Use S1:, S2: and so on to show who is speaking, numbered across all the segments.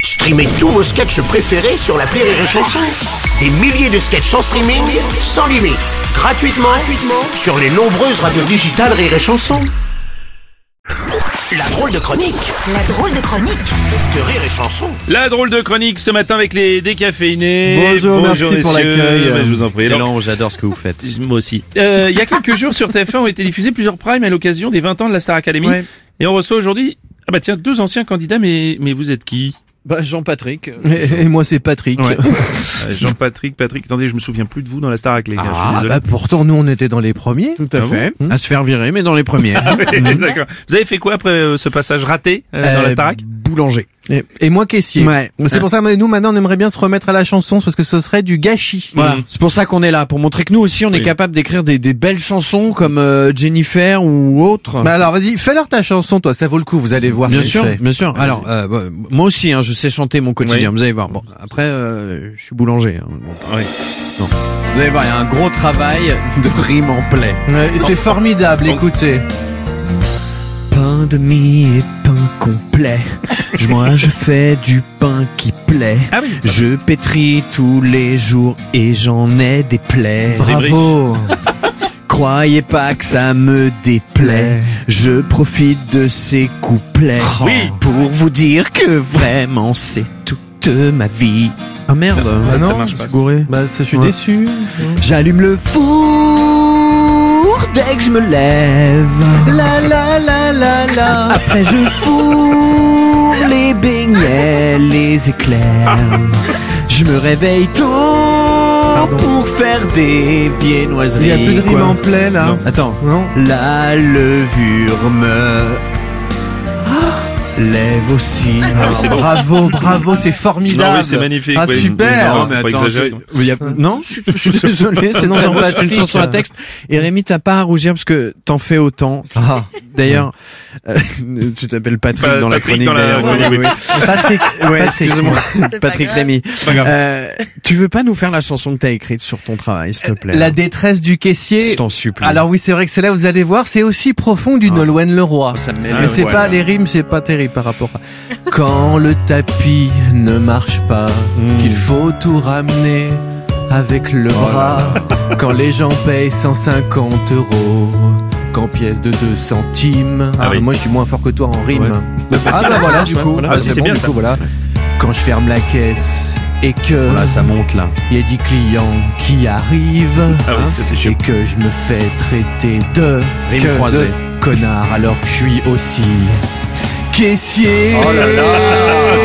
S1: Streamez tous vos sketchs préférés sur la Rire et Chanson. Des milliers de sketchs en streaming, sans limite, gratuitement, gratuitement sur les nombreuses radios digitales Rire et Chanson. La drôle de chronique
S2: La drôle de chronique
S1: de Rire et Chanson.
S3: La drôle de chronique ce matin avec les décaféinés.
S4: Bonjour, merci pour
S3: messieurs.
S4: l'accueil.
S3: Mais Je vous en prie.
S4: C'est
S3: Alors,
S4: long, j'adore ce que vous faites.
S3: moi aussi. Euh, il y a quelques jours sur TF1 ont été diffusés plusieurs primes à l'occasion des 20 ans de la Star Academy.
S4: Ouais.
S3: Et on reçoit aujourd'hui, ah bah tiens, deux anciens candidats, mais, mais vous êtes qui
S5: Bah Jean-Patrick. euh,
S4: Et, et moi, c'est Patrick.
S5: Ah,
S4: Ah,
S3: Euh, Jean-Patrick, Patrick, attendez, je me souviens plus de vous dans la Star Academy.
S4: Ah, bah pourtant, nous, on était dans les premiers.
S5: Tout à
S3: Ah
S5: fait.
S4: bon
S5: à se faire virer, mais dans les premières.
S4: bah
S3: D'accord. Vous avez fait quoi après euh, ce passage raté euh, dans
S5: Euh,
S3: la Starac
S5: Boulanger.
S4: Et, et moi, caissier.
S5: Ouais.
S4: C'est pour ça que nous, maintenant, on aimerait bien se remettre à la chanson, parce que ce serait du gâchis.
S5: Voilà. Mm. C'est pour ça qu'on est là, pour montrer que nous aussi on est
S3: Oui.
S5: capable d'écrire des, des belles chansons comme euh, Jennifer ou autre.
S4: Bah alors, vas-y, fais-leur ta chanson, toi, ça vaut le coup, vous allez voir.
S5: bien
S4: ce
S5: sûr,
S4: qu'elle fait.
S5: bien sûr. Alors euh, bah, moi aussi, hein, je sais chanter mon quotidien.
S3: Oui.
S5: Vous allez voir. Bon, après, euh, je suis boulanger. hein, donc,
S3: Oui.
S5: non. Vous allez voir, il y a un gros travail de rime en plaie.
S4: Ouais, C'est formidable, écoutez.
S5: Pain demi et pain complet. Je moi, je fais du pain qui plaît.
S3: Ah oui.
S5: Je pétris tous les jours et j'en ai des plaies.
S4: Bravo.
S5: Croyez pas que ça me déplaît. Je profite de ces couplets
S3: Oui.
S5: pour vous dire que vraiment c'est toute ma vie. Ah merde.
S4: Ah non,
S3: marche pas.
S4: gouré. Bah, ça, je suis
S5: Ouais.
S4: déçu.
S5: J'allume le four dès que je me lève. La la la la la. Après je fourre les beignets, les éclairs. Je me réveille tôt pour faire des viennoiseries.
S4: Il y a plus de rime
S5: quoi.
S4: en plaie, là.
S5: Attends.
S4: Non.
S5: La levure me lève aussi.
S4: Ah, Bravo, bravo, c'est formidable.
S3: Ah, Non, oui, c'est magnifique,
S4: Ah,
S3: oui.
S4: super.
S3: Non, mais Faut pas attends, exagérer. c'est-
S5: Non, je suis- je suis désolé, c'est
S4: Non,
S5: non,
S4: j'en
S5: pas
S4: passe
S5: une
S4: une.
S5: chanson à texte. Et Rémi, t'as pas à rougir parce que t'en fais autant.
S4: Ah,
S5: D'ailleurs, euh, tu t'appelles Patrick
S3: Pa-
S5: dans la
S3: Patrick
S5: chronique.
S3: dans la
S5: d'ailleurs.
S3: chronique,
S5: Oui,
S3: oui.
S4: Patrick.
S5: oui. Ouais,
S4: Patrick.
S5: excuse-moi, Patrick
S2: grave.
S5: Rémi.
S3: pas grave.
S5: Euh, tu veux pas nous faire la chanson que t'as écrite sur ton travail, s'il te plaît
S4: Ah, La détresse du
S5: Je
S4: caissier.
S5: t'en supplie.
S4: Alors oui, c'est vrai que c'est là vous allez voir, c'est aussi profond du
S5: Ah.
S4: Nolwenn Leroy.
S5: ça me met
S4: Mais
S5: le
S4: c'est
S5: poil.
S4: pas les rimes, c'est pas terrible par rapport à quand le tapis ne marche pas,
S5: Mm.
S4: qu'il faut tout ramener avec le
S5: Oh
S4: bras, quand les gens payent 150 euros. Qu'en pièces de 2 centimes.
S3: Ah oui.
S4: Moi, je suis moins fort que toi en rime.
S5: Ouais.
S4: Ah bah voilà, du coup.
S5: Voilà,
S4: Ah,
S3: c'est
S4: c'est bon,
S3: bien,
S4: du
S3: ça.
S4: coup, voilà. Quand je ferme la caisse et que
S5: Voilà, ça monte Oh là.
S4: il y a 10 clients qui arrivent
S3: Ah oui, ça c'est
S4: et
S3: chiant.
S4: que je me fais traiter de,
S5: Rime
S4: que de
S5: croisée.
S4: connard alors que je suis aussi caissier.
S3: Oh là là,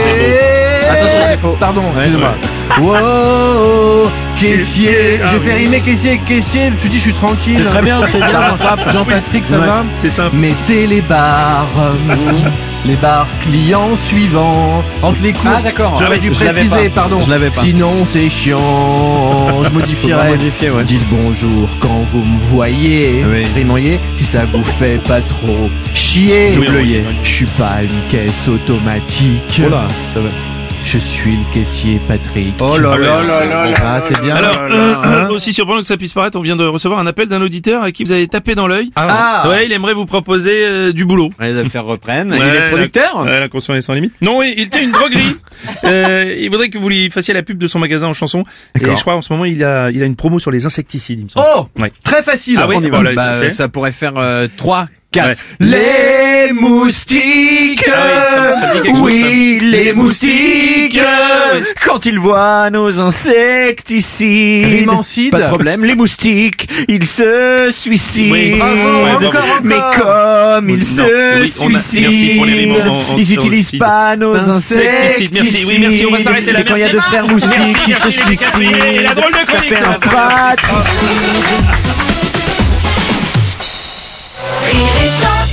S3: c'est
S4: Attention, c'est faux. Pardon, excusez-moi. Wow, caissier.
S3: Ah
S4: J'ai
S3: oui.
S4: fait rimer caissier avec caissier. Je me suis dit, je suis tranquille.
S3: C'est très bien, c'est bien.
S4: Ça marche pas. Jean-Patrick, ça
S3: Ouais,
S4: va
S3: C'est simple.
S4: Mettez les barres. Les barres clients suivants. Entre les courses.
S5: Ah, d'accord.
S4: J'aurais dû
S5: Je l'avais
S4: préciser,
S5: pas.
S4: pardon.
S5: Je l'avais pas.
S4: Sinon, c'est chiant. Je modifierai.
S5: modifier, ouais.
S4: Dites bonjour quand vous me voyez,
S5: Oui.
S4: Rimoyer, si ça vous fait pas trop chier.
S3: Double œillet.
S4: Je suis pas une caisse automatique.
S5: Oh là, ça va.
S4: Je suis le caissier Patrick.
S5: Oh là
S3: Ah ouais,
S5: là
S3: c'est
S5: là
S3: bon.
S5: là là.
S4: Ah, c'est bien.
S3: Alors,
S5: Oh là là.
S3: euh, aussi surprenant que ça puisse paraître, on vient de recevoir un appel d'un auditeur à qui vous avez tapé dans l'œil.
S4: Ah.
S3: Ouais, il aimerait vous proposer euh, du boulot.
S5: Les affaires reprennent.
S3: Ouais,
S5: il est
S4: Ah.
S5: producteur
S3: Ouais, la conscience est sans limite. Non, il il tient une droguerie. Euh, il voudrait que vous lui fassiez la pub de son magasin en chansons. Et
S5: D'accord.
S3: je crois en ce moment il a, il a une promo sur les insecticides. Il me semble.
S4: Oh
S3: Ouais.
S4: Très facile.
S3: Ah oui,
S5: On y va.
S3: voilà,
S5: Bah,
S3: ok.
S5: euh, Ça pourrait faire 3, 4.
S3: Ouais.
S4: Les moustiques,
S3: Ah oui, ça me- ça me dit quelque
S4: oui, les moustiques,
S5: Quand ils voient nos insecticides,
S4: Rimancide.
S5: pas de problème, les moustiques, ils se suicident.
S3: Oui.
S4: Bravo,
S3: Ouais,
S4: encore,
S3: bravo.
S4: encore.
S5: Mais comme ils
S3: Non, oui, on
S5: se
S3: a- merci
S5: suicident,
S3: pour les rimes en- en- en-
S5: ils n'utilisent
S3: suicide.
S5: pas nos
S3: Insecticides,
S5: insecticides.
S3: merci, oui, merci, on va s'arrêter là,
S5: Et quand il y a
S3: merci.
S5: deux frères moustiques
S3: Merci,
S5: qui
S3: merci,
S5: se
S3: les
S5: suicident,
S3: cafés, et la drôle de
S5: ça
S3: chronique,
S5: fait
S3: ça,
S5: un
S3: merci.
S5: fratricide.
S2: Rire et Chanson